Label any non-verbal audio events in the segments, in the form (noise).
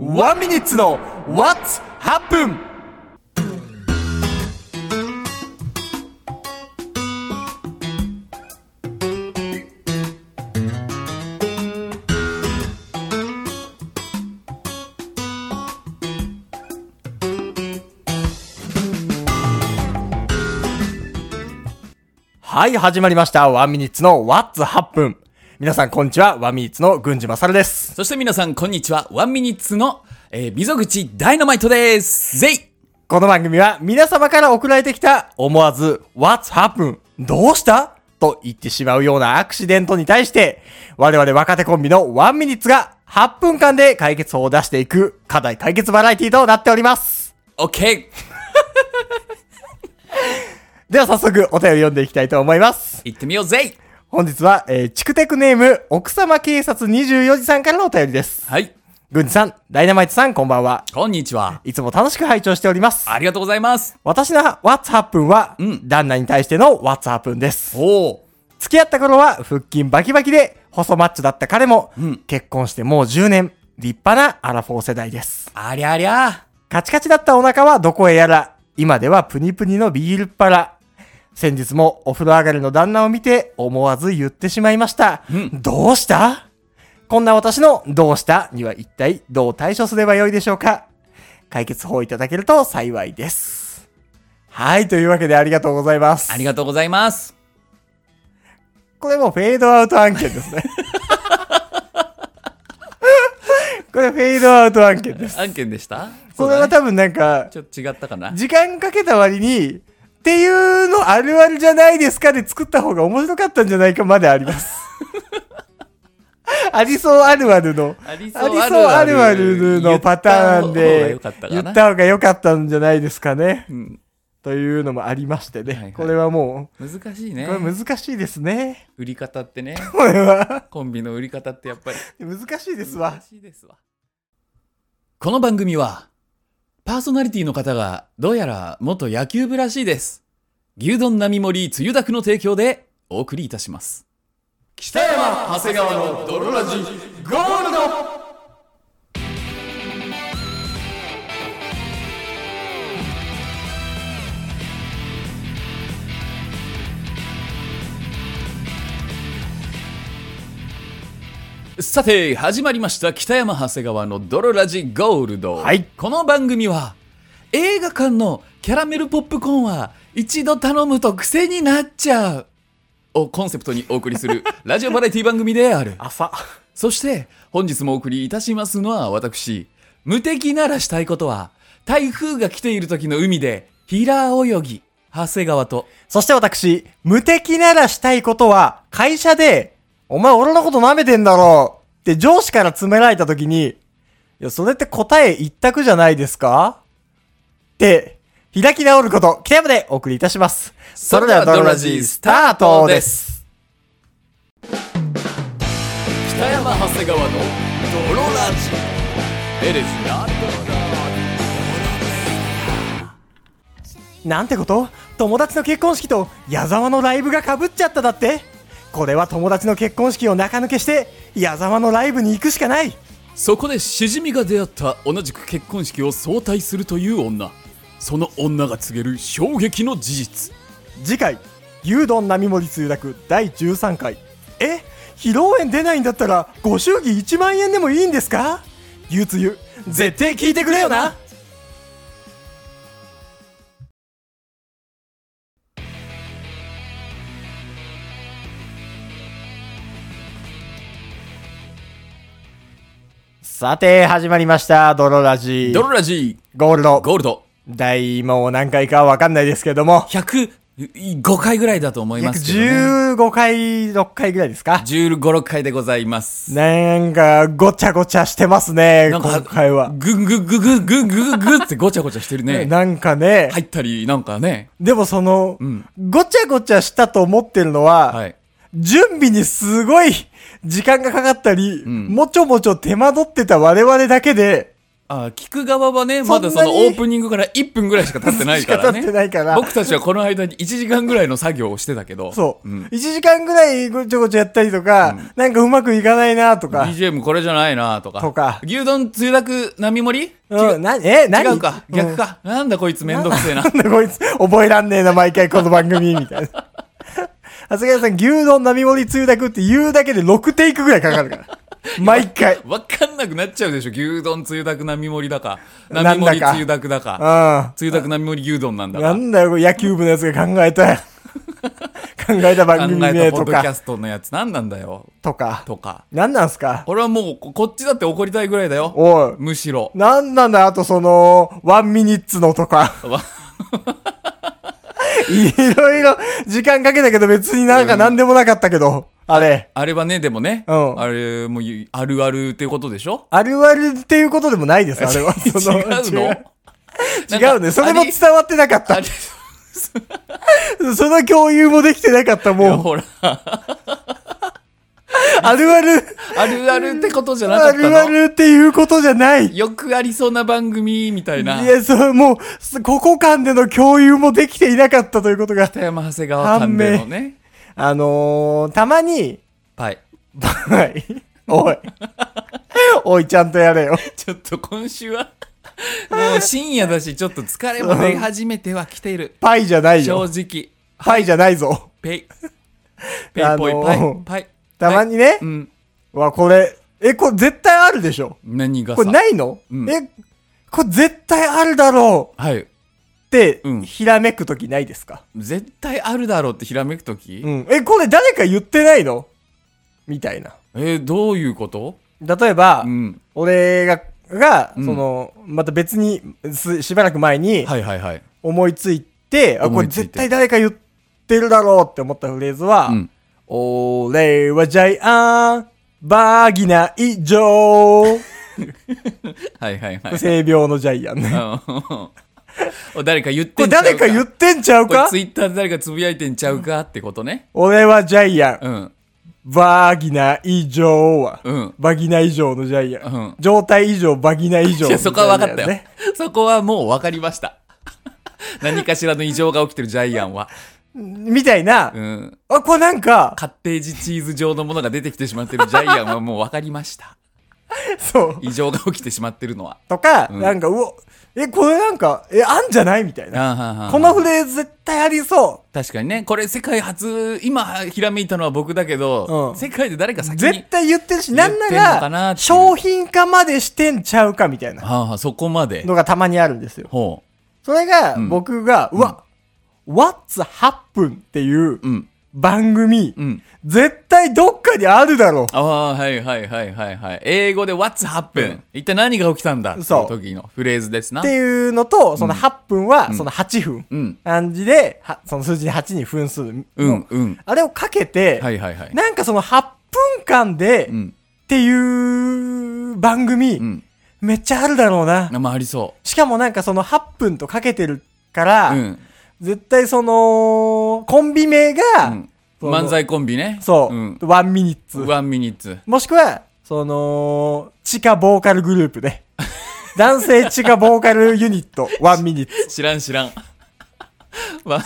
ワンミニッツの What's Happen! はい、始まりました。ワンミニッツの What's Happen! 皆さん、こんにちは。ワンミニッツの郡司勝です。そして皆さん、こんにちは。ワンミニッツの、えー、溝口ダイナマイトです。ぜいこの番組は皆様から送られてきた思わず What's happen? どうしたと言ってしまうようなアクシデントに対して我々若手コンビの1ミニッツが8分間で解決法を出していく課題解決バラエティとなっております。オッケでは早速お便り読んでいきたいと思います。ー行ってみようぜい本日は、えー、チクテクネーム奥様警察24時さんからのお便りです。はい。ぐんじさん、ダイナマイトさんこんばんは。こんにちは。いつも楽しく拝聴しております。ありがとうございます。私の What's happen は、旦那に対しての What's happen です。おー。付き合った頃は腹筋バキバキで細マッチョだった彼も、結婚してもう10年、立派なアラフォー世代です。ありゃりゃ。カチカチだったお腹はどこへやら、今ではプニプニのビールっ腹。先日もお風呂上がりの旦那を見て思わず言ってしまいました。どうしたこんな私のどうしたには一体どう対処すればよいでしょうか解決法をいただけると幸いです。はい、というわけでありがとうございます。ありがとうございます。これもうフェードアウト案件ですね。 (laughs) これフェードアウト案件です。案件でしたこれは多分なんか、ちょっと違ったかな。時間かけた割に、っていうのあるあるじゃないですかで作った方が面白かったんじゃないかまであり (laughs) ます。ありそうあるあるの。あありりそうあるあるのパターンで言っ言った方が良かったかた方が良かったんじゃないですかね。んというのもありましてね。いはいこれはも、な。難しいうねこ。れ難しいですね。売り方っ (laughs) てね。これは。コンビの売り方ってやっぱり。難しいですわ難。しいですわこの番組はパーソナリティの方がどうやら元野球部らしいです牛丼並盛りつゆだくの提供でお送りいたします北山長谷川の泥ラジゴールドさて始まりました北山長谷川の泥ラジゴールド、はいこの番組は映画館のキャラメルポップコーンは一度頼むと癖になっちゃうをコンセプトにお送りす (laughs) るラジオバラエティ番組である朝。 (laughs) そして本日もお送りいたしますのは私無敵ならしたいことは台風が来ている時の海で平泳ぎ長谷川とそして私、無敵ならしたいことは、会社で、お前俺のこと舐めてんだろうって上司から詰められた時に、いや、それって答え一択じゃないですかって、開き直ること、北山でお送りいたします。それでは、ドロラジースタートです。北山長谷川の泥ラジ It is not なんてこと友達の結婚式と矢沢のライブが被っちゃっただってこれは友達の結婚式を中抜けして、矢沢のライブに行くしかないそこでしじみが出会った同じく結婚式を早退するという女その女が告げる衝撃の事実次回牛丼並盛り通諾第13回え披露宴出ないんだったらご祝儀1万円でもいいんですか牛つゆ絶対聞いてくれよなさて始まりました「泥ラジドロラジゴールドゴールド第もう何回かわかんないですけども105回ぐらいだと思いま約すけど、ね、 15回、6回ぐらいですか1 5 6回でございますなんか、ごちゃごちゃしてますね、なんか今回は。グングングングングングングンってごちゃごちゃしてるねなんかね、入ったりなんかねでもその、んごちゃごちゃしたと思ってるのは、はい準備にすごい時間がかかったり、もちょもちょ手間取ってた我々だけで、あー聞く側はね、そまんなだにその経オープニングから1分ぐらいしか経ってないからしか経っねて。ないから。僕たちはこの間に1時間ぐらいの作業をしてたけど、そう。ん1時間ぐらいごちゃごちゃやったりとか、なんかうまくいかないなとか。 BGM これじゃないなとか。とか牛丼つゆだく並盛りうん、な、え、何違うか。逆。か。なんだこいつめんどくせえうなん。なんだこいつ、覚えらんねえな、毎回この番組、みたいな。長谷川さん、牛丼並盛りつゆだくって言うだけで6テイクぐらいかかるから。毎回。うん。わかんなくなっちゃうでしょ。牛丼つゆだく並盛りだか。なんだか並盛りつゆだくだか。なつゆだく並盛り牛丼なんだか。んだよ、これ野球部のやつが考えた。考えた考番組え名たポとッドキャか、ストのやつ何なんだよ。とか。とか。なんなんすか俺はもうここっちだって怒りたいぐらいだよ。おい。むしろ。なんなんだよあとその、ワンミニッツのとか。わ (laughs) いろいろ時間かけたけど別になんか何でもなかったけど、あれ。あれはね、でもね。うんあれもゆあるあるってことでしょあるあるっていうことでもないです、あ (laughs) れは。違そのうの違う違うね。それもつ伝わってなかっあたれ。、その共有もできてなかった、いやもう。ほら。ある (laughs) ある、あるあるってことじゃなかあったのるあるっていうことじゃない。いよくありそうな番組みたいな。や、そう、もう、すここ間での共有もできていなかったということが。北山長谷川官兵衛のね。あのー、たまに、はい。はい。 (laughs) おい。おい、ちゃんとやれよ。ちょっと今週は、もう深夜だし、ちょっと疲れも出始めては来ている。パイじゃない正よ。直、パイじゃないぞ。(laughs) ペイ。ペイぽい、パあイのー、パイ。たまにね、うん。わ、これ、え、これ絶対あるでしょ何がさこれないの、うんえ、これ絶対あるだろはい。うって、うんひらめくときないですか絶対あるだろうってひらめくとき、うん。え、これ誰か言ってないのみたいな。えーどういうこと例えば、うん。俺が、が、うんその、また別に、すしばらく前にはいはいはい。思いついて、あ、こ思いれついて絶対誰か言ってるだろうって思ったフレーズは、うん。俺はジャイアン、バーギナ以上。 (laughs) はいはいはい。性病のジャイアンね。 (laughs) うん誰か言っこれてんちゃうか誰か言ってんちゃうこれかツイッターで誰かつぶやいてんちゃうかってことね。俺はジャイアン。うん。バーギナ以上は。うん。バギナ以上のジャイアン。うん状態以上、バギナ以上いのや、ジャそイこはアン分だかよったよね。。そこはもう分かりました。 (laughs) 何かしらの異常が起きてるジャイアンは。みたいな。うん。あ、これなん (laughs) か、カッテージチーズ状のものが出てきてしまってるジャイアンはもう分かりました。そう。異常が起きてしまってるのは。とか、うんなんか、うお、え、これなんか、え、あんじゃないみたいな。あーはんはんこのフレーズ絶対ありそ確かにね、これ世界初、今ひらめいたのは僕だけど、うん世界で誰かう。先に絶。対言ってるし、なんな言ってんのかなら、っていう商品化までしてんちゃうかみたいなはあはあ、そこまで。のがたまにあるんですよ。ほそれが、ん僕が、うわ、What's Happen っていうう。うん。番組、うん。絶対どっかにあるだろう。ああ、はいはいはいはいはい。英語で What's happen?、一体何が起きたんだってそいうう時のフレーズですなって。いうのと、その8分は、その8分。うん。漢字で、はその数字に8に分数の、うん、うん。あれをかけて、はいはいはい。なんかその8分間で、うっん。ていう番組、うん。めっちゃあるだろうな。まあ、ありそしかもなんかその8分とかけてるから、う。うん。絶対その、コンビ名が、うんその漫才コンビね。そう、ん。ワンミニッツ。ワンミニッツ。もしくは、その、地下ボーカルグループ (laughs) で、男性地下ボーカルユニット、ワンミニッツ。知らん知らん。 (laughs) ワン、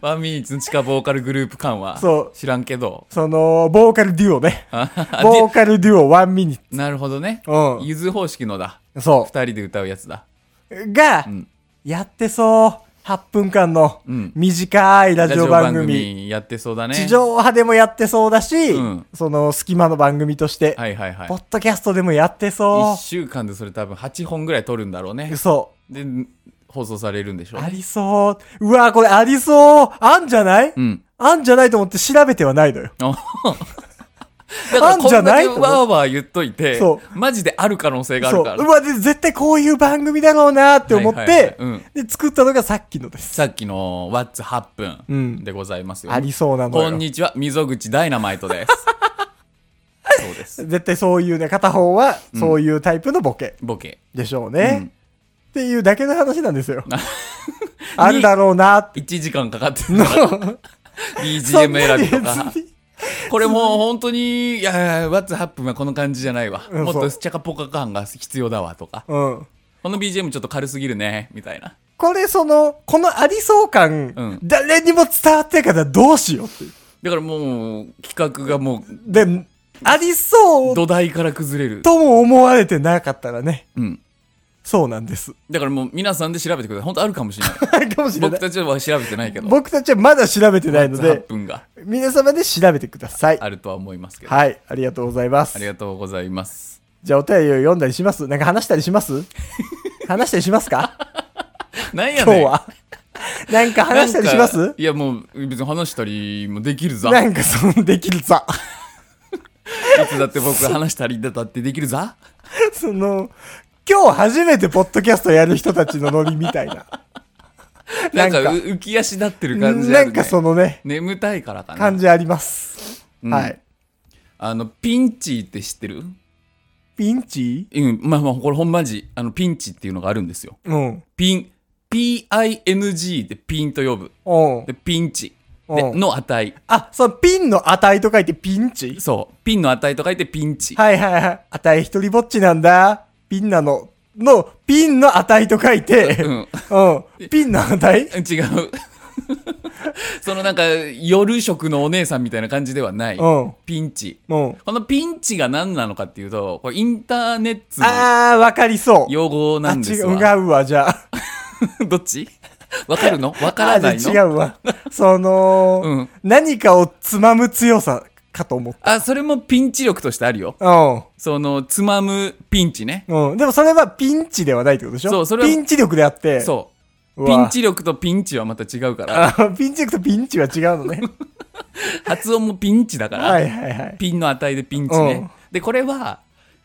ワンミニッツの地下ボーカルグループ感は。そう知らんけど。その、ボーカルデュオね。あははボーカルデュオワンミニッでなるほどね。うんゆず方式のだ。ツ。そ二人で歌うやつだ。う。が、んやってそう。8分間のうん短いラジオ番組。やってそうだね。地上波でもやってそうだし、うんその隙間の番組として、はいはいはいポ。ッドキャストでもやってそ一週間でそれ多分8本ぐらい撮るんだろうねう。。そで、放送されるんでしう。ょうあね。りそう。うわこれありそう。あんじゃない、うん。あんじゃないと思って調べてはないのよ。だからあんじゃないこんだけわーわー言っといてそ、マジである可能性があそるう。から。うわ、で、絶対こういう番組だろうなって思って、はいはいはいうんで、作ったのがさっきのです。さっきの What's Happen んでございますよ、ありそうなのよ。こんにちは、溝口ダイナマイ (laughs) トです。そうです。絶対そういうね、片方はそういうタイプのボケボケ。でしょううんね。っていうだけの話なんですよ。 (laughs) あるだろうなって。 1時間かかって (laughs) るのが BGM 選びとか。別にこれもう本当に、いやいや、What's Happen はこの感じじゃないわ。うんもっそとうチャカポカ感が必要だわとか。うん。この BGM ちょっと軽すぎるね、みたいな。これその、このありそう感、うん誰にも伝わってないからどうしようっていう。だからもう、企画がもで、ありそうう、土台から崩れる。とも思われてなかったらね、うん。そうなんです。 (laughs) だからもう、皆さんで調べてください。本当あるかもしれない。かもしれな僕い。たちは調べてないけど。僕たちはまだ調べてないの8で、分が皆様で調べてください。あるとは思いますけど。はい、ありがとうございますあり。がとうございます。じゃあお便りを読んだりしますなんか話したりします (laughs) 話したりしますかなんや今ねん。日は。なんか話したりしますなんかいやもう、別に話したりもできるぞ。なんかその、できる (laughs) さ。いつだって僕話したりだったってできるぞ。その、今日初めてポッドキャストやる人たちのノリみたいな。 (laughs) ななんんかかう浮き足立ってる感じあなる、ね、んかそのね、眠たいからかな感じあります。うんはい。あのピンチって知ってるピンチうんまあまあこれほんまじあのピンチっていうのがあるんですようん。ピン PING でピンと呼ぶうんで。ピンチでうんの値あ、そのピンの値と書いてピンチそうピンの値と書いてピンチはいはいはい。値一人ぼっちなんだ。ピンなの。の、ピンの値と書いて、ううんん。ピンの値 (laughs) 違う (laughs) そのなんか夜食のお姉さんみたいな感じではないうん。ピンチうん。このピンチが何なのかっていうとこれインターネットのあー、わかりそう。用語なんですわあ違うわ、じゃあ。 (laughs) どっちわかるのわからな (laughs) いあのじゃあ違うわ。その、うん何かをつまむ強さかと思っあ、それもピンチ力としてあるよ。た。その、つまむピンチね。うん。うん。でもそれはピンチではないってことでしょそうそれはピンチ力であって。そうう。ピわンチ力とピンチはまた違うから。あピンチ力とピンチは違うのね。発音もピンチだから。はいはいはい。ピンの値でピンチね。で、これは、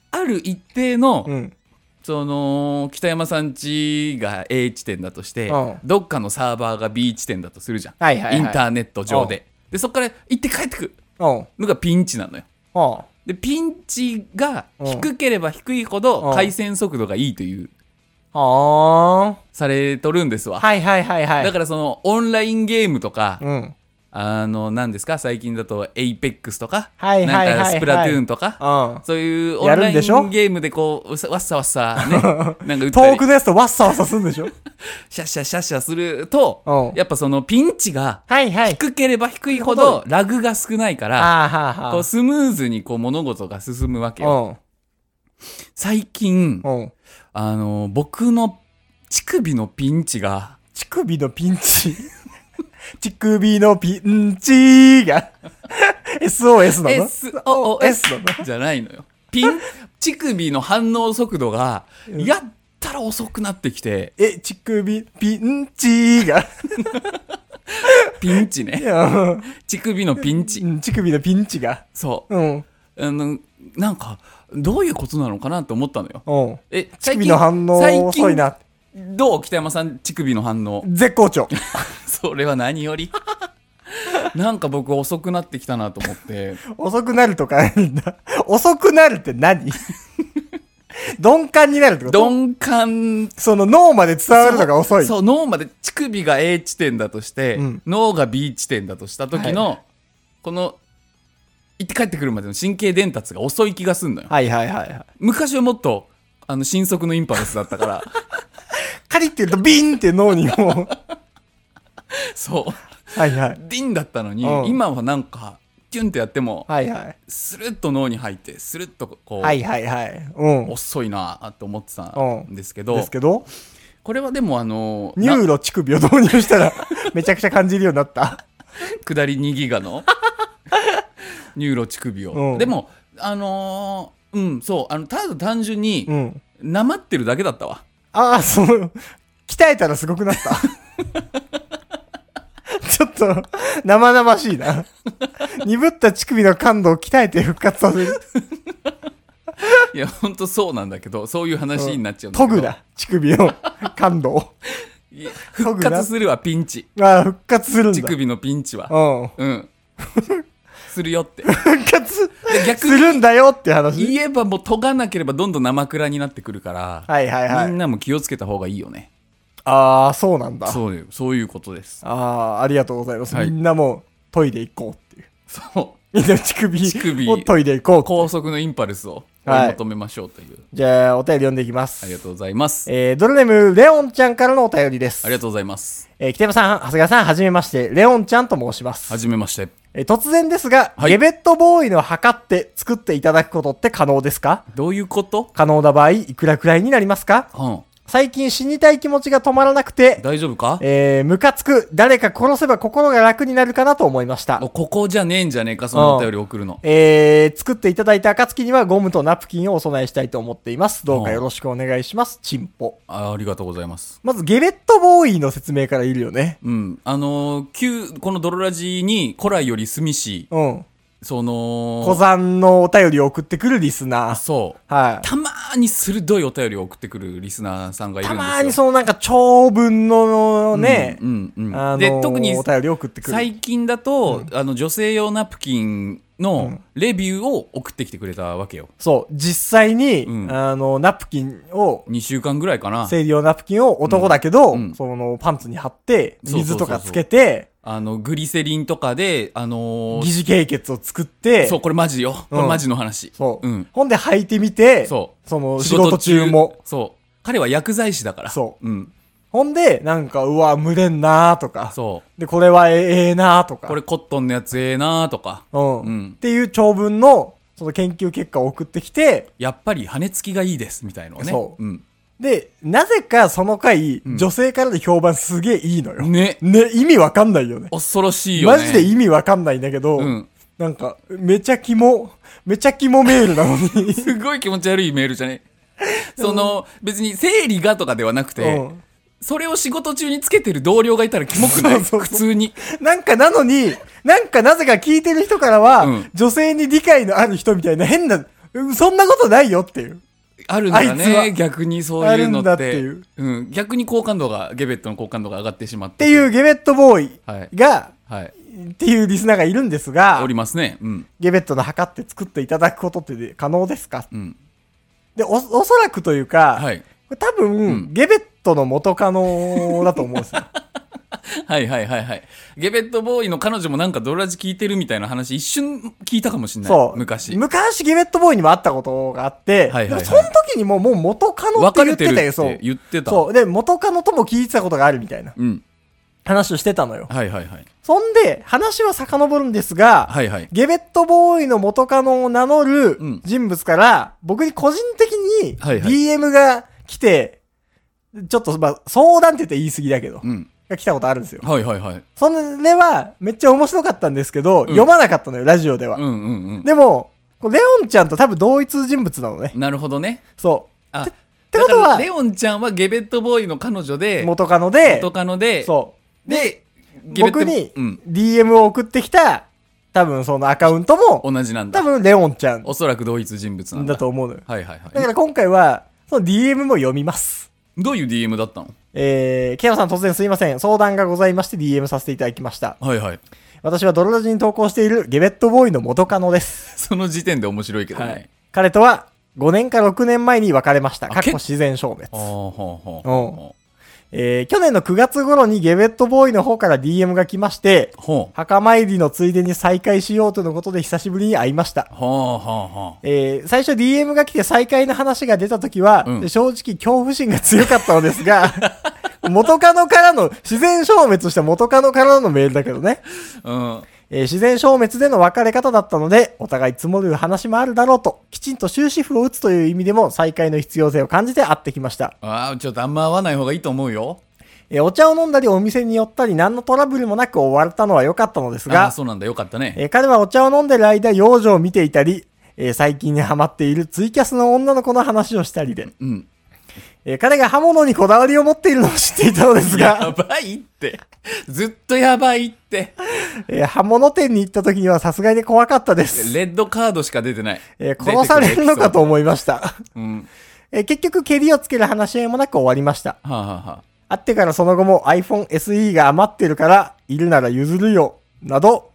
ある一定の、うん。その、北山さんちが A 地点だとして、うんどっかのサーバーが B 地点だとするじゃん。はいはいはいインターネット上で。で、そこから行って帰ってくるうん。のがピンチなのよ。うん。で、ピンチが低ければ低いほどうん回線速度がいいという、はされとるんですわあ。。はいはいはいはい。だからそのオンラインゲームとか、うん。あの、何ですか最近だと APEX とか、はいはいはいはいなんかスプラトゥーンとか、うん。そういうオンやラるイんンゲでしょームでこう、うさわっさわっさ、 (laughs) ね、なんか打った遠くり、のやつとわっさわっさするんでしょシャッシャッシャッシャすると、うんやっぱそのピンチがはいはい。低ければ低いほなるほどラグが少ないから、あーはあはあ。こうスムーズにこう物事が進むわけよ。最近、うん。うん。あの、僕の乳首のピンチが、乳首のピン (laughs) チ。乳首のピンチが SOS なの SOS なのじゃないのよ。ピン、乳首の反応速度が、やったら遅くなってきて、え、乳首ピンチがピンチいね。やうん乳首のピンチ。乳首のピンチが。そうん。う。あの、なんか、どういうことなのかなと思ったのよ。うん。え、乳首の反応遅いな。最近どう北山さん、乳首の反応。絶好調。それは何より。 (laughs) なんか僕遅くなってきたなと (laughs) 思って。遅くなるとかあるんだ。遅くなるって何鈍感になるってこと鈍感その脳まで伝わるのが遅い。そうそう脳まで乳首が A 地点だとして、うん脳が B 地点だとした時の、この行って帰ってくるまでの神経伝達が遅い気がすんのよ、はいはいはいはい。昔はもっとあの新速のインパルスだったからカリって言うとビンって脳にもう。そうはいはい。ディンだったのに、うん今はなんかキュンってやっても、はいはい。スルッと脳に入ってスルッとこう、はいはいはい。うん。遅いなぁと思ってたんですけど,、ですけど、これはでもあのニューロ乳首を導入したら (laughs) めちゃくちゃ感じるようになった。下り2ギ (laughs) ガのニューロ乳首を、うんでもあのーうんそうあのただ単純うにん。なまってるだけだったわああ、その、鍛えたらすごくな (laughs) った。ちょっと、生々しいな。鈍った乳首の感度を鍛えて復活させる。いやほんとそうなんだけどそういう話になっちゃうんだ研けぐど、だ。乳首の感度を。いや復活するわピンチああ、復活するんだ。乳首のピンチはうん。うん (laughs) するよって復活逆すにるんだよって話。 (laughs) 言えばもう研がなければどんどん生倉になってくるから、はいはいはいみん。なも気をつけた方がいいよねああ、そうなんだ。そうよそういうこと (laughs) ですああ、ありがとうございます。はいみんなもう、トイレ行こうっていう。そうみんな乳首首をトイレ行こうっていう高速のインパルスを追い求めましょうという、じゃあ、お便り読んでいきます。ありがとうございます。えードルネーム、レオンちゃんからのお便りです。ありがとうございます。えー北山さん、長谷川さん、はじめまして、レオンちゃんと申しますは。じめまして。えー突然ですが、はいゲベットボーイの墓って作っていただくことって可能ですかどういうこと可能な場合、いくらくらいになりますかうん。最近死にたい気持ちが止まらなくて、大丈夫かえー、ムカつく、誰か殺せば心が楽になるかなと思いました。おここじゃねえんじゃねえか、そのお便り送るの。えー、作っていただいた暁にはゴムとナプキンをお供えしたいと思っています。どうかよろしくお願いします。チンポ。あありがとうございます。まず、ゲベットボーイの説明からいるよね。うん。あのー、旧、このドロラジに古来より住みし、うん。その、小山のお便りを送ってくるリスナー。そう。はい。たまーに鋭いお便りを送ってくるリスナーさんがいるんたですよ。まーにそのなんか長文のね、うんうんうんあのーで特にお便りを送ってくる。最近だと、あの女性用ナプキンのレビューを送ってきてくれたわけよそう、実際に、うんあの、ナプキンを、 2週間ぐらいかな生理用ナプキンを男だけど、うんうんそのパンツに貼って、そうそうそうそう水とかつけて、あのグリセリンとかであのー疑似経血を作って、そうこれマジよこれマジの話、そう。ん、ほんで履いてみて、その仕事中も。そう彼は薬剤師だから、そううん、ほんで、なんか、うわ、蒸れんなーとか、そで、これはええええなーとうか、これコットンのやつええなーとかうん、うんっていう長文の、その研究結果を送ってきて、やっぱり羽根つきがいいですみたいのをねそううん、で、なぜかその回、女性からの評判すげえいいのよ。ねね、意味わかんないよね。恐ろしいよねマジで意味わかんないんだけど、うんなんか、めちゃキモ、めちゃキモメールなのに。すごい気持ち悪いメールじゃねその、別に生理がとかではなくて、うんそれを仕事中につけてる同僚がいたらキモくないそうそうそう普通に。なんかなのに、なんかなぜか聞いてる人からは、うん女性に理解のある人みたいな変な、うんそんなことないよっていう。あるんだあいつはね、逆にそういうのあるんだっってて。いううん、逆に好感度が、ゲベットの好感度が上がってしまっってて。いうう。ゲベットボーイはい。が、はい。っていうリスナーがいるんですおが、りますね。うん。ゲベットの墓って作っていただくことってで可能ですかうん。で、お、おそらくというか、はい。これ多分、んゲベットの元カノだと思うん (laughs) ですよ。はいはいはいはい。ゲベットボーイの彼女もなんかドラジ聞いてるみたいな話一瞬聞いたかもしれない。そう。昔。昔ゲベットボーイにも会ったことがあって、はいはいはいでもその時にもうもう元カノって言別っれててるたよ、そっうて。言ってた。そう。で、元カノとも聞いてたことがあるみたいなうん。話をしてたのよ。はいはいはい。そんで、話は遡るんですが、はいはい。ゲベットボーイの元カノを名乗るうん人物から、僕に個人的にはいはい DM が来て、ちょっと、まあ、相談って言って言い過ぎだけど、うん。が来たことあるんですよ。はいはいはい。それは、めっちゃ面白かったんですけど、読まなかったのよ、ラジオでは。うんうんうん。でも、こうレオンちゃんと多分同一人物なのね。なるほどね。そあ、っててことはレオンちゃんはゲベットボーイの彼女う。で、元カノで、元カノで、そで、う。僕にうん、 DM を送ってきた、多分そのアカウントも、同じなん多だ。分レオンちゃんおそらく同一人物なんだ。だと思うのよ。はいはいだかはら今回は、その DM も読みます。い。どういう DM だったのえー、ケイさん突然すいません。相談がございまして DM させていただきました。はいはい。 (laughs) 私はドロラジに投稿しているゲベットボーイの元カノです。その時点で面白いけどね。彼とは5年か6年前に別れました。あかっこけ自然消滅あ。あ、ほうほうおほえー、去年の9月頃にゲベットボーイの方から DM が来まして、う。ほう。墓参りのついでに再会しようとのことで久しぶりに会いました。ほうほうほう。えー、最初 DM が来て再会の話が出た時は、うん正直恐怖心が強かったのですが、 (laughs) 元カノからの、自然消滅した元カノからのメールだけどね、うん。えー自然消滅での別れ方だったので、お終積もる話もあるだろうと、きちんと終止符を打つという意味でも再会の必要性を感じて会ってきました。ああ、ちょっとあんま合わない方がいいと思うよ。えーお茶を飲んだりお店に寄ったり何のトラブルもなく終われたのは良かったのですああ、が、そうなんだ。よかったね。えー彼はお茶を飲んでる間、幼女を見ていたり、えー最近にハマっているツイキャスの女の子の話をしたりで、うん。えー彼が刃物にこだわりを持っているのを知っていたのですやが、ば (laughs) いって。ずっとやばいって。えー刃物店に行った時にはさすがに怖かったです。レッドカードしか出てない。えー殺されるのかと思思いました。う。うん。 (laughs) えー結局、蹴りをつける話し合いもなく終わりました。はあ、はあは会ってからその後も iPhone SE が余ってるから、いるなら譲るよ、など、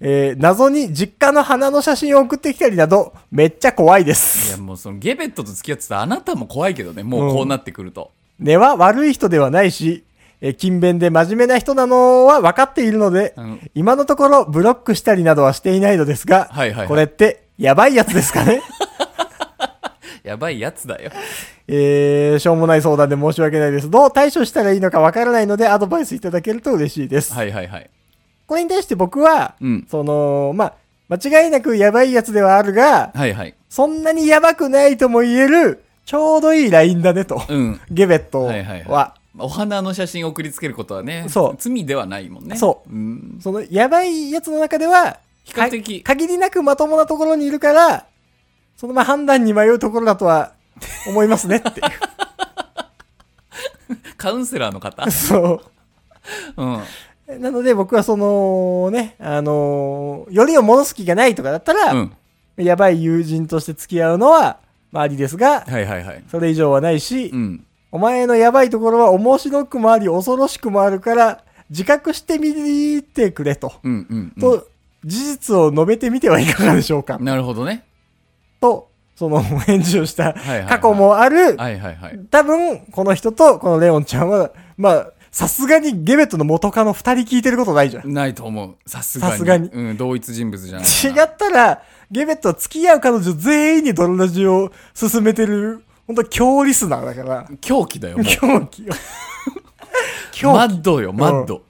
えー謎に実家の花の写真を送ってきたりなど、めっちゃ怖いであ、いやす。もうそのゲベットと付き合ってたあなたも怖いけどね。もうこうなってくると。根は悪い人ではないし、えー勤勉で真面目な人なのは分かっているので、うん今のところブロックしたりなどはしていないのですが、はいはいはいこれってやばいやつですかねやばいやつだよ。 (laughs) えー、しょうもない相談で申し訳ないです。どう対処したらいいのかわからないのでアドバイスいただけると嬉しいです。はいはいはい。これに対して僕は、うん。その、まあ、間違いなくやばいやつではあるが、はいはい。そんなにやばくないとも言える、ちょうどいいラインだねと。うん。ゲベットは、はいはいお花の写真を送りつけることはね、そう罪ではないもんね。。そうん。そのやばいやつの中では、比較的か限りなくまともなところにいるから、そのまあ判断に迷うところだとは思いますね (laughs) って。。カウンセラーの方 (laughs) そ (laughs) うん。う。なので僕はそのね、あのよりを戻す気がないとかだったら、うん。やばい友人として付き合うのは、まあありですが、はいはいはい。それ以上はないし、うん。お前のやばいところは面白くもあり、恐ろしくもあるから、自覚してみてくれと。うんうん、うん。と、事実を述べてみてはいかがでしょうか。なるほどね。と、その (laughs) 返事をしたはいはいはい過去もある、はいはいはい。多分、この人とこのレオンちゃんは、まあ、さすがにゲベットの元カノ二人聞いてることないじゃん。違ないと思う。さすがに。さすがにうん、同一人物じゃないかな。ったら、ゲベットは付き合う彼女全員にドロラジを進めてる、本当強リスナーだから、狂気だよ、もう。狂気よ。マ狂ッドよ、マッド。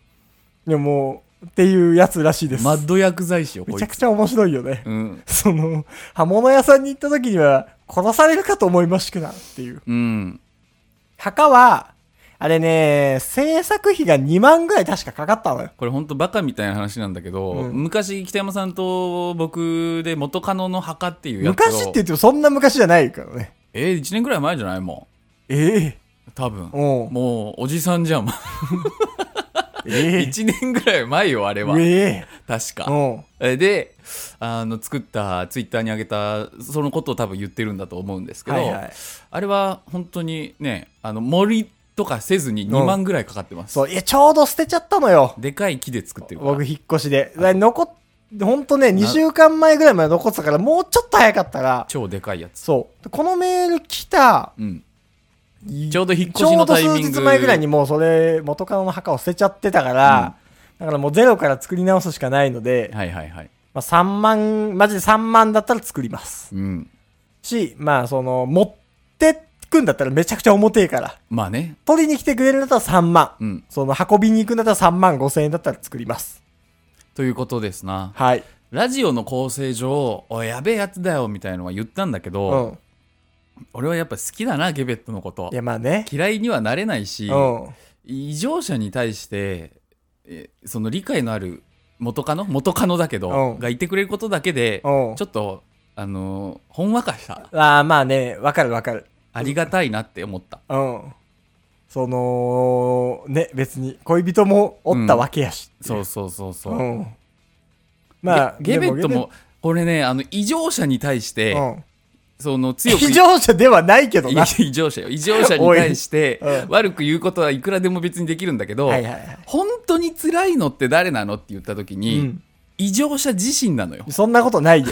気。でもう、っていうやつらしいです。マッド薬剤師よ、めこちゃいくつ。ちゃ面白いよね。うん。その、刃物屋さんに行った時には、殺されるかと思いましくなるっていう。うん。墓は、あれね、制作費が2万ぐらい確かかかったのよ。これほんとバカみたいな話なんだけど、うん昔北山さんと僕で元カノの墓っていうやつを昔って言ってもそんな昔じゃないからね。えー、1年ぐらい前じゃないもえう多分えおうもうおじさんじゃんもう (laughs) ええ1年ぐらい前よあれはうええ確かおうえーであの作ったツイッターに上げたそのことを多分言ってるんだと思うんですけど、はいはい。あれは本当にねあの森とかせずに2万ぐらいかかってます、そう、いや、ちょうど捨てちゃったのよ。でかい木で作ってるから僕、引っ越しで。だから残っ、ほんとね、2週間前ぐらいまで残ってたから、もうちょっと早かったら、超でかいやつ、そう。このメール来た、うん、ちちょうど引っ越しのタイミングちょうど数日前ぐらいにもうそれ、元カノの墓を捨てちゃってたから、だからもうゼロから作り直すしかないので、はいはいはいまあ3万、マジで3万だったら作ります。うんし、まあその、持ってくんだったらめちゃくちゃ重てえから、まあね取りに来てくれるんだったら3万。うんその、運びに行くんだったら3万5千円だったら作ります。ということですなはい。ラジオの構成上、おい、やべえやつだよみたいなのは言ったんだけうど、ん。俺はやっぱ好きだな、ゲベットのことい。や、まあね。嫌いにはなれないし、うん。異常者に対して、えその理解のある元カノ元カノだけうど、んがいてくれることだけで、ちうょんっと、あのー、ほんわかした。ああ、まあね、わかるわかる。ありがたいなって思った。うん。その、ね、別に恋人もおったわけやし。そうそうそうそう。うん。まあ、ゲゲベットでも、これね、あの、異常者に対して、ゲベット、うんその強く非常者ではないけどな。 (laughs) 異常者よ。異常者に対しておいうん、悪く言うことはいくらでも別にできるんだけど、はいはいはい。本当に辛いのって誰なのって言った時に、うん異常者自身なのよ。そんなこと (laughs) ないよ。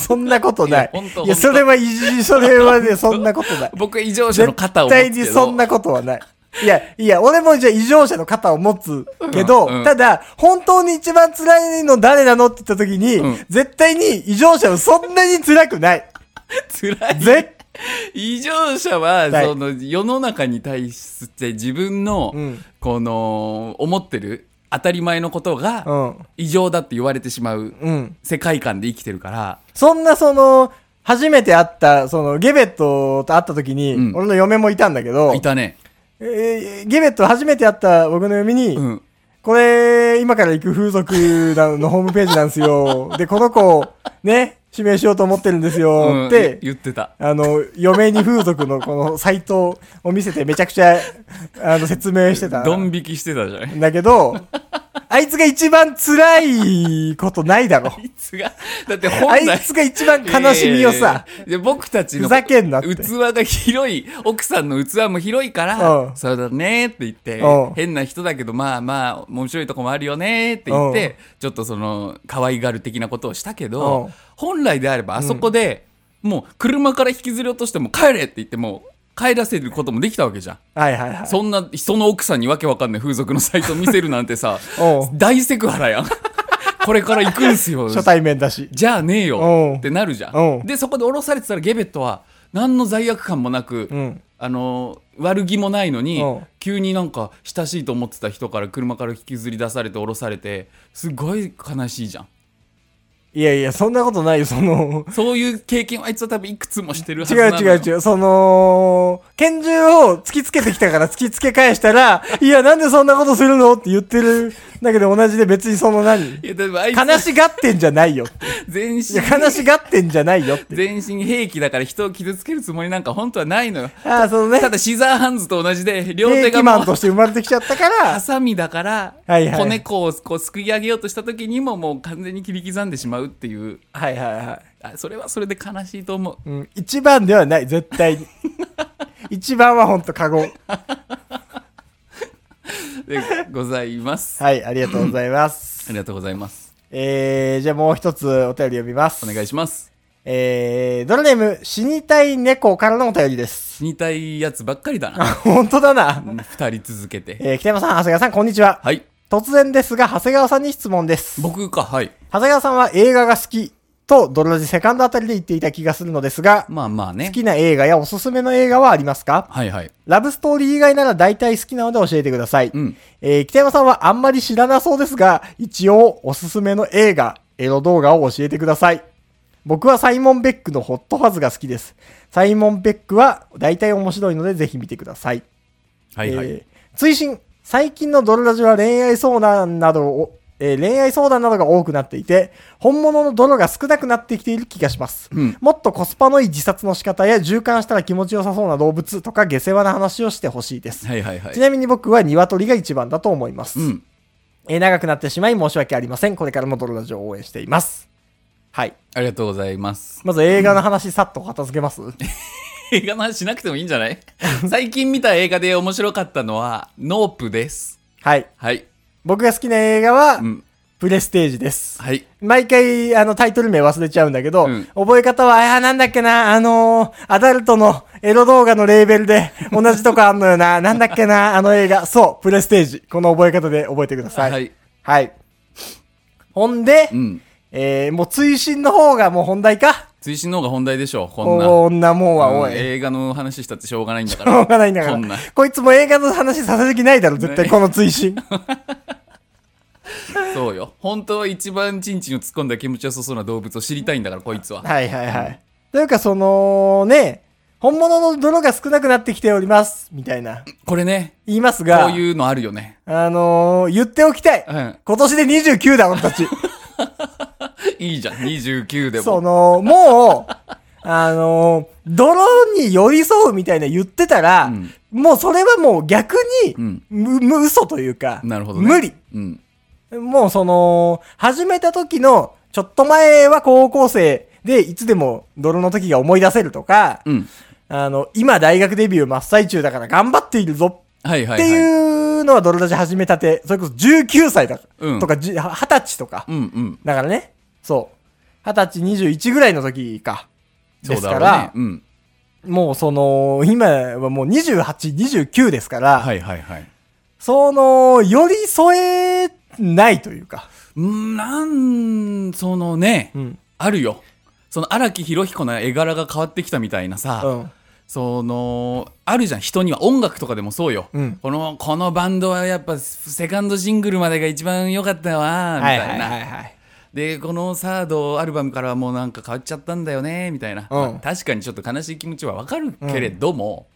そんなことないいやほんとほんといや、それはいじ、それはね、そんなことない。 (laughs) 僕は異常者の絶肩を持つけ対ど。にそんなことはない。いや、いや、俺もじゃあ異常者の肩を持つけど、うんうんただ、本当に一番辛いの誰なのって言った時に、うん絶対に異常者はそんなに辛くない。辛い。絶異常者は、はいその世の中に対して自分の、うんこの、思ってる当たり前のことうが、ん。異常だって言われてしまううん。世界観で生きてるから、そんなその、初めて会った、その、ゲベットと会った時に、うん俺の嫁もいたんだけど、いたね。えーゲベット初めて会った僕の嫁に、うん。これ、今から行く風俗なのホームページなんです (laughs) よ。で、この子、ね、指名しようと思ってるんですうよ。んって、言ってた。あの、嫁に風俗のこのサイトを見せてめちゃくちゃ、あの、説明してた。ドン引きしてたじゃない。だけど、あいつが一番辛いことない (laughs) だろ。あいつが、だって本あ来。いつが一番悲しみをさ、いやいやいやで僕たちのふざけんなって器が広い奥さんの器も広いから、うんそうだねって言って、うん変な人だけどまあまあ面白いとこもあるよねって言って、うんちょっとその可愛がる的なことをしたけど、うん本来であればあそこで、もう車から引きずり落としても帰れって言っても帰らせることもできたわけじゃん。はいはいはい。そんな人の奥さんにわけわかんない風俗のサイト見せるなんてさう大セクハラやん (laughs) これから行くんす (laughs) よ初対面だし。じゃあねえおようってなるじゃおん。うで、そこで降ろされてたらゲベットは、何の罪悪感もなく、うん。あの悪気もないのに、うん急になんか親しいと思ってた人から車から引きずり出されて降ろされてすごい悲しいじゃんいやいや、そんなことないよ、その、そういう経験はあいつは多分いくつもしてるは違ずうなの違う違う、その、拳銃を突きつけてきたから突きつけ返したら、いや、なんでそんなことするのって言ってるだけで同じで別にその何いやでもあいつ悲しがってんじゃ (laughs) ないよって。全いや、身悲しがってんじゃないよって。全身兵器だから人を傷つけるつもりなんか本当はないのよああ、そのね (laughs) た、だシザーハンズと同じで両ケ手ーキがマもンうとして生まれてきちゃったか (laughs) ハら、サミだから、はいはい子猫をこうすくい上げようとした時にももう完全に切り刻んでしまうっていうはいはいはい。あそれはそれで悲しいと思ううん、一番ではない、絶対に。 (laughs) 一番はほんとカゴ。でござい (laughs) ます。はい、ありがとうございますあ。りがとうございます。えー、じゃあもう一つお便り読みます。お願いします。えー、ドラネーム、死にたい猫からのお便りです。死にたいやつばっかり (laughs) だな。ほんとだな。うん二人続けて。えー、北山さん、長谷川さん、こんにちは。はい。突然ですが、長谷川さんに質問です。僕か、はい。長谷川さんは映画が好きと、ドロラジセカンドあたりで言っていた気がするのですが、まあまあね好。きな映画やおすすめの映画はありますかはいはい。ラブストーリー以外なら大体好きなので教えてください。うん。えー北山さんはあんまり知らなそうですが、一応おすすめの映画、エロ動画を教えてください。僕はサイモン・ベックのホットハズが好きです。サイモン・ベックは大体面白いのでぜひ見てください。はいはい。えー追伸、最近のドロラジは恋愛相談などを、えー恋愛相談などが多くなっていて、本物の泥が少なくなってきている気がします。うんもっとコスパのいい自殺の仕方や循環したら気持ちよさそうな動物とか下世話な話をしてほしいです。はいはいはちい。なみに僕は鶏が一番だと思います、うん。えー長くなってしまい申し訳ありません。これからもドロラジを応援しています。はい。ありがとうございます。まず映画の話、さっと片付けます。映画の話しなくてもいいんじゃない (laughs) 最近見た映画で面白かったのは、ノープです。はい。はい。僕が好きな映画はう、ん。プレステージです。はい。毎回、あの、タイトル名忘れちゃうんだけど、うん覚え方は、あー、なんだっけな、あのーアダルトのエロ動画のレーベル (laughs) で、同じとこあんのよな、なんだっけな、あの映画。そう、プレステージ。この覚え方で覚えてください。ははい。い。ほんで、うん。えー、もう追伸の方がもう本題か。追伸の方が本題でしょ、こんな。こんなもんは、おうんい。映画の話したってしょうがないんだかしょうら。がないんだかこんなら。こいつも映画の話させる気ないだろ、絶対、ねこの追 (laughs) 伸。そうよ。本当は一番チンチンを突っ込んだ気持ちよさそうな動物を知りたいんだから、こいつは。はいはいはい。というか、その、ね、本物の泥が少なくなってきております、みたいな。これね、言いますこが、ういうのあるよね。あのー、言っておきたい。うん。今年で29だ、俺 (laughs) たち。いいじゃん、29でその、も。もう、あのー、泥に寄り添うみたいな言ってたら、うんもうそれはもう逆に、うんむ、む、嘘というか、なるほどね。無理。。うん。もうその、始めた時の、ちょっと前は高校生で、いつでも泥の時が思い出せるとか、うん。あの、今大学デビュー真っ最中だから頑張っているぞはいはっい、はてい。う。いうのは泥立ち始めたて、それこそ19歳だうんとか、じは20歳とか。んうん。だからね、そう。20歳21ぐらいの時か。そでうすだかろうねら。、うん。もうその、今はもう28、29ですから、はいはいはい。その、寄り添えないというか。うんなん、そのね、うん。あるよ。その荒木博彦の絵柄が変わってきたみたいなさ、うん。その、あるじゃん、人には音楽とかでもそうよ。うんこの、このバンドはやっぱ、セカンドシングルまでが一番良かったわ、みはたいいな。はいはいはい。でこのサードアルバムからはもうなんか変わっちゃったんだよねみたいな、うんまあ確かにちょっと悲しい気持ちはわかるけれども、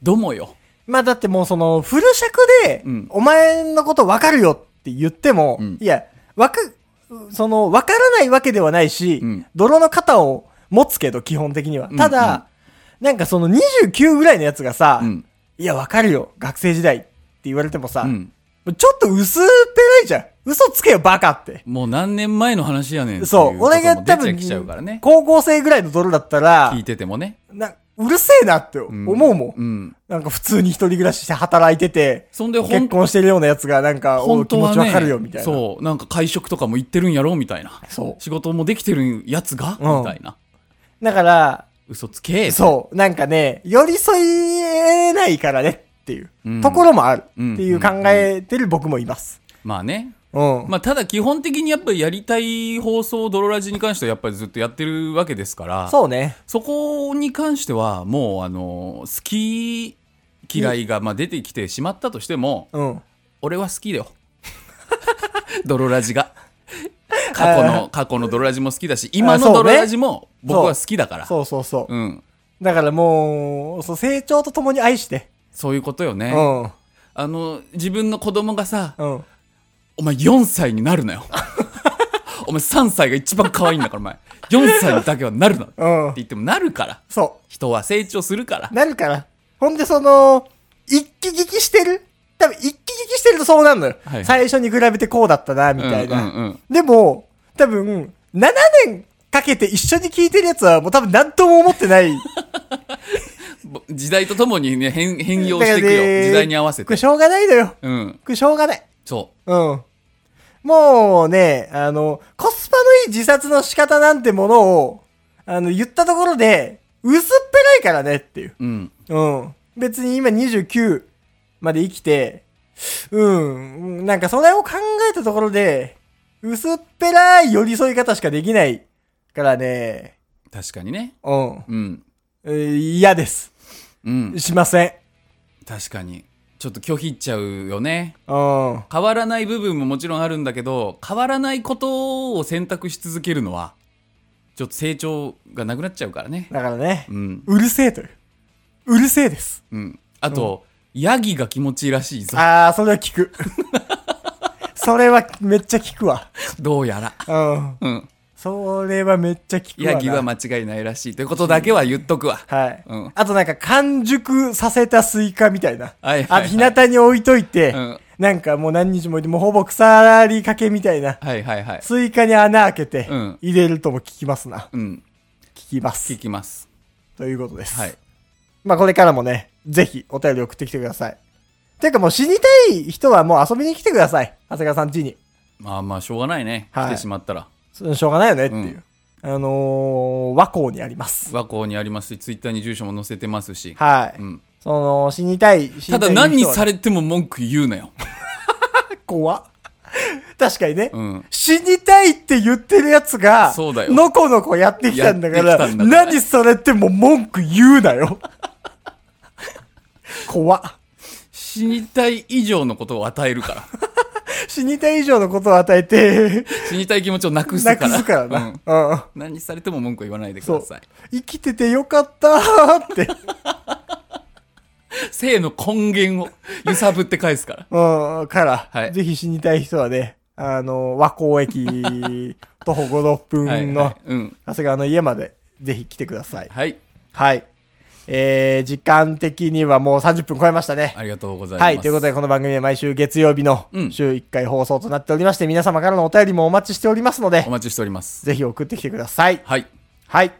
どもよまあだってもうその、フル尺でうん、お前のことわかるよって言っても、うんいや、わか、その、わからないわけではないし、うん泥の肩を持つけど、基本的には。ただ、なんかその29ぐらいのやつがさ、うんいや、わかるよ、学生時代って言われてもさ、うんちょっと薄っぺらいじゃん。嘘つけよ、バカって。もう何年前の話やねんっていそう、う俺が多ことも分出ちゃきちゃうから、ね高校生ぐらいの泥だったら聞い、ててもね、なうるせえなってん思うもん。うん、なんか普通に一人暮らしして働いてて、そんでほん結婚してるようなやつがなんか、お本気当持はちわかるよねみたいな。そうなんか会食とかも行ってるんやろみたいなそ仕事もできてるやつが、うんみたいなう。だから、嘘つけそう、なんかね、寄り添えないからねっていううんところもあるってうんいう考えてる僕もいます。まあね、うん。まあ、ただ基本的にやっぱりやりたい放送、ドロラジに関してはやっぱりずっとやってるわけですから、そうね。そこに関してはもうあの好き嫌いがまあ出てきてしまったとしても、うん。俺は好きだよ (laughs) 泥ラジが過去の過去の泥ラジも好きだし今あそのうね泥ラジも僕は好きだから、そうそうそうん、う。だからもう、そう成長とともに愛して。そういうことようね、ん。うん。あの自分の子供がさうん。 「お前4歳になるなよ (laughs) お前3歳が一番可愛いんだからお前4歳にだけはなるな」って言ってもなるからそ人は成長するからう。なるから。ほんでその、一気聞きしてる多分一気聞きしてるとそうなるのよ。はい最初に比べてこうだったな、みたいな。うんうんうんでも、多分、7年かけて一緒に聞いてるやつはもう多分何とも思ってない。ぼ時代とともにね変変容していくだからねよ時代に合わせこれてしょうがないのよ。うんこれしょうがない。そうん。もうね、あの、コスパのいい自殺の仕方なんてものを、あの、言ったところで、薄っぺらいからねっていう。ううんうん。別に今29まで生きて、うん、なんかそれを考えたところで、薄っぺらい寄り添い方しかできないからね、確かにねうん。うんえー嫌です。うんしません。確かにちょっと拒否っちゃうよねうん。変わらない部分ももちろんあるんだけど変わらないことを選択し続けるのはちょっと成長がなくなっちゃうからねだからね、うんうるせえという。うるせえです。うんあと、ヤギが気持ちいいらしいぞああ、それは聞く。 (laughs) それはめっちゃ聞くわ。どうやらうん。うんそれはめっちゃ聞くわな。ヤギは間違いないらしいということだけは言っとくわはい、うんあとなんか完熟させたスイカみたいな。はいはいはいあ日向に置いといて、うんなんかもう何日も置いて、もうほぼ腐りかけみたいな。はいはいはいスイカに穴開けてうん、入れるとも聞きますな。うん聞きます聞。きますということです。はいまあこれからもね、ぜひお便り送ってきてください。てかもう死にたい人はもう遊びに来てください。長谷川さん家に。まあまあしょうがないね、はい来てしまったらそれしょうがないよねっていう。あのー、和光にあります。和光にありますしツイッターに住所も載せてますし、はい。うん、その、死にたい、死たにだい何に人はされても文句言うなよ、怖っ (laughs) 確かにね、うん、死にたいって言ってるやつが、そうだよのこのこやってきたんだから、やってきたんだから何それってもう文句言うな (laughs) よ。怖っ死にたい以上のことを与える (laughs) から死にたい以上のことを与えて、死にたい気持ちをなくすかなくらすからうんな。うん。何にされても文句言わないでくそだうさい。生きててよかったー (laughs) って。性の根源を揺さぶって返すからうん、から、はいぜひ死にたい人はね、あの、和光駅徒歩5、6はい、分はいのうん長谷川の家まで、ぜひ来てください。はい、はい。えー、時間的にはもう30分超えましたね。ありがとうございますはい。ということで、この番組は毎週月曜日のうん週1回放送となっておりまして、皆様からのお便りもお待ちしておりますのでお、待ちしておりますぜひ送ってきてください。はいはい。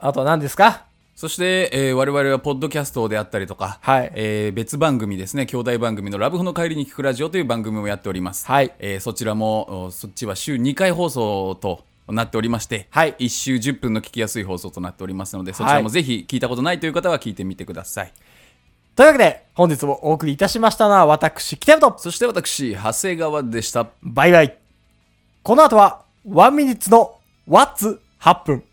あとは何ですかそして、えー我々はポッドキャストであったりとか、はいえー別番組ですね兄弟番組の「ラブホの帰りに聞くラジオ」という番組もやっております、はいえーそちらもおそっちは週2回放送となっておりまして、はい1週10分の聞きやすい放送となっておりますのでそちらもぜひ聞いたことないという方は聞いてみてくださいというわけで、本日もお送りいたしましたのは、私、北山と、そして私長谷川でしたバイバイ。この後は、ワンミニッツの What's 8分。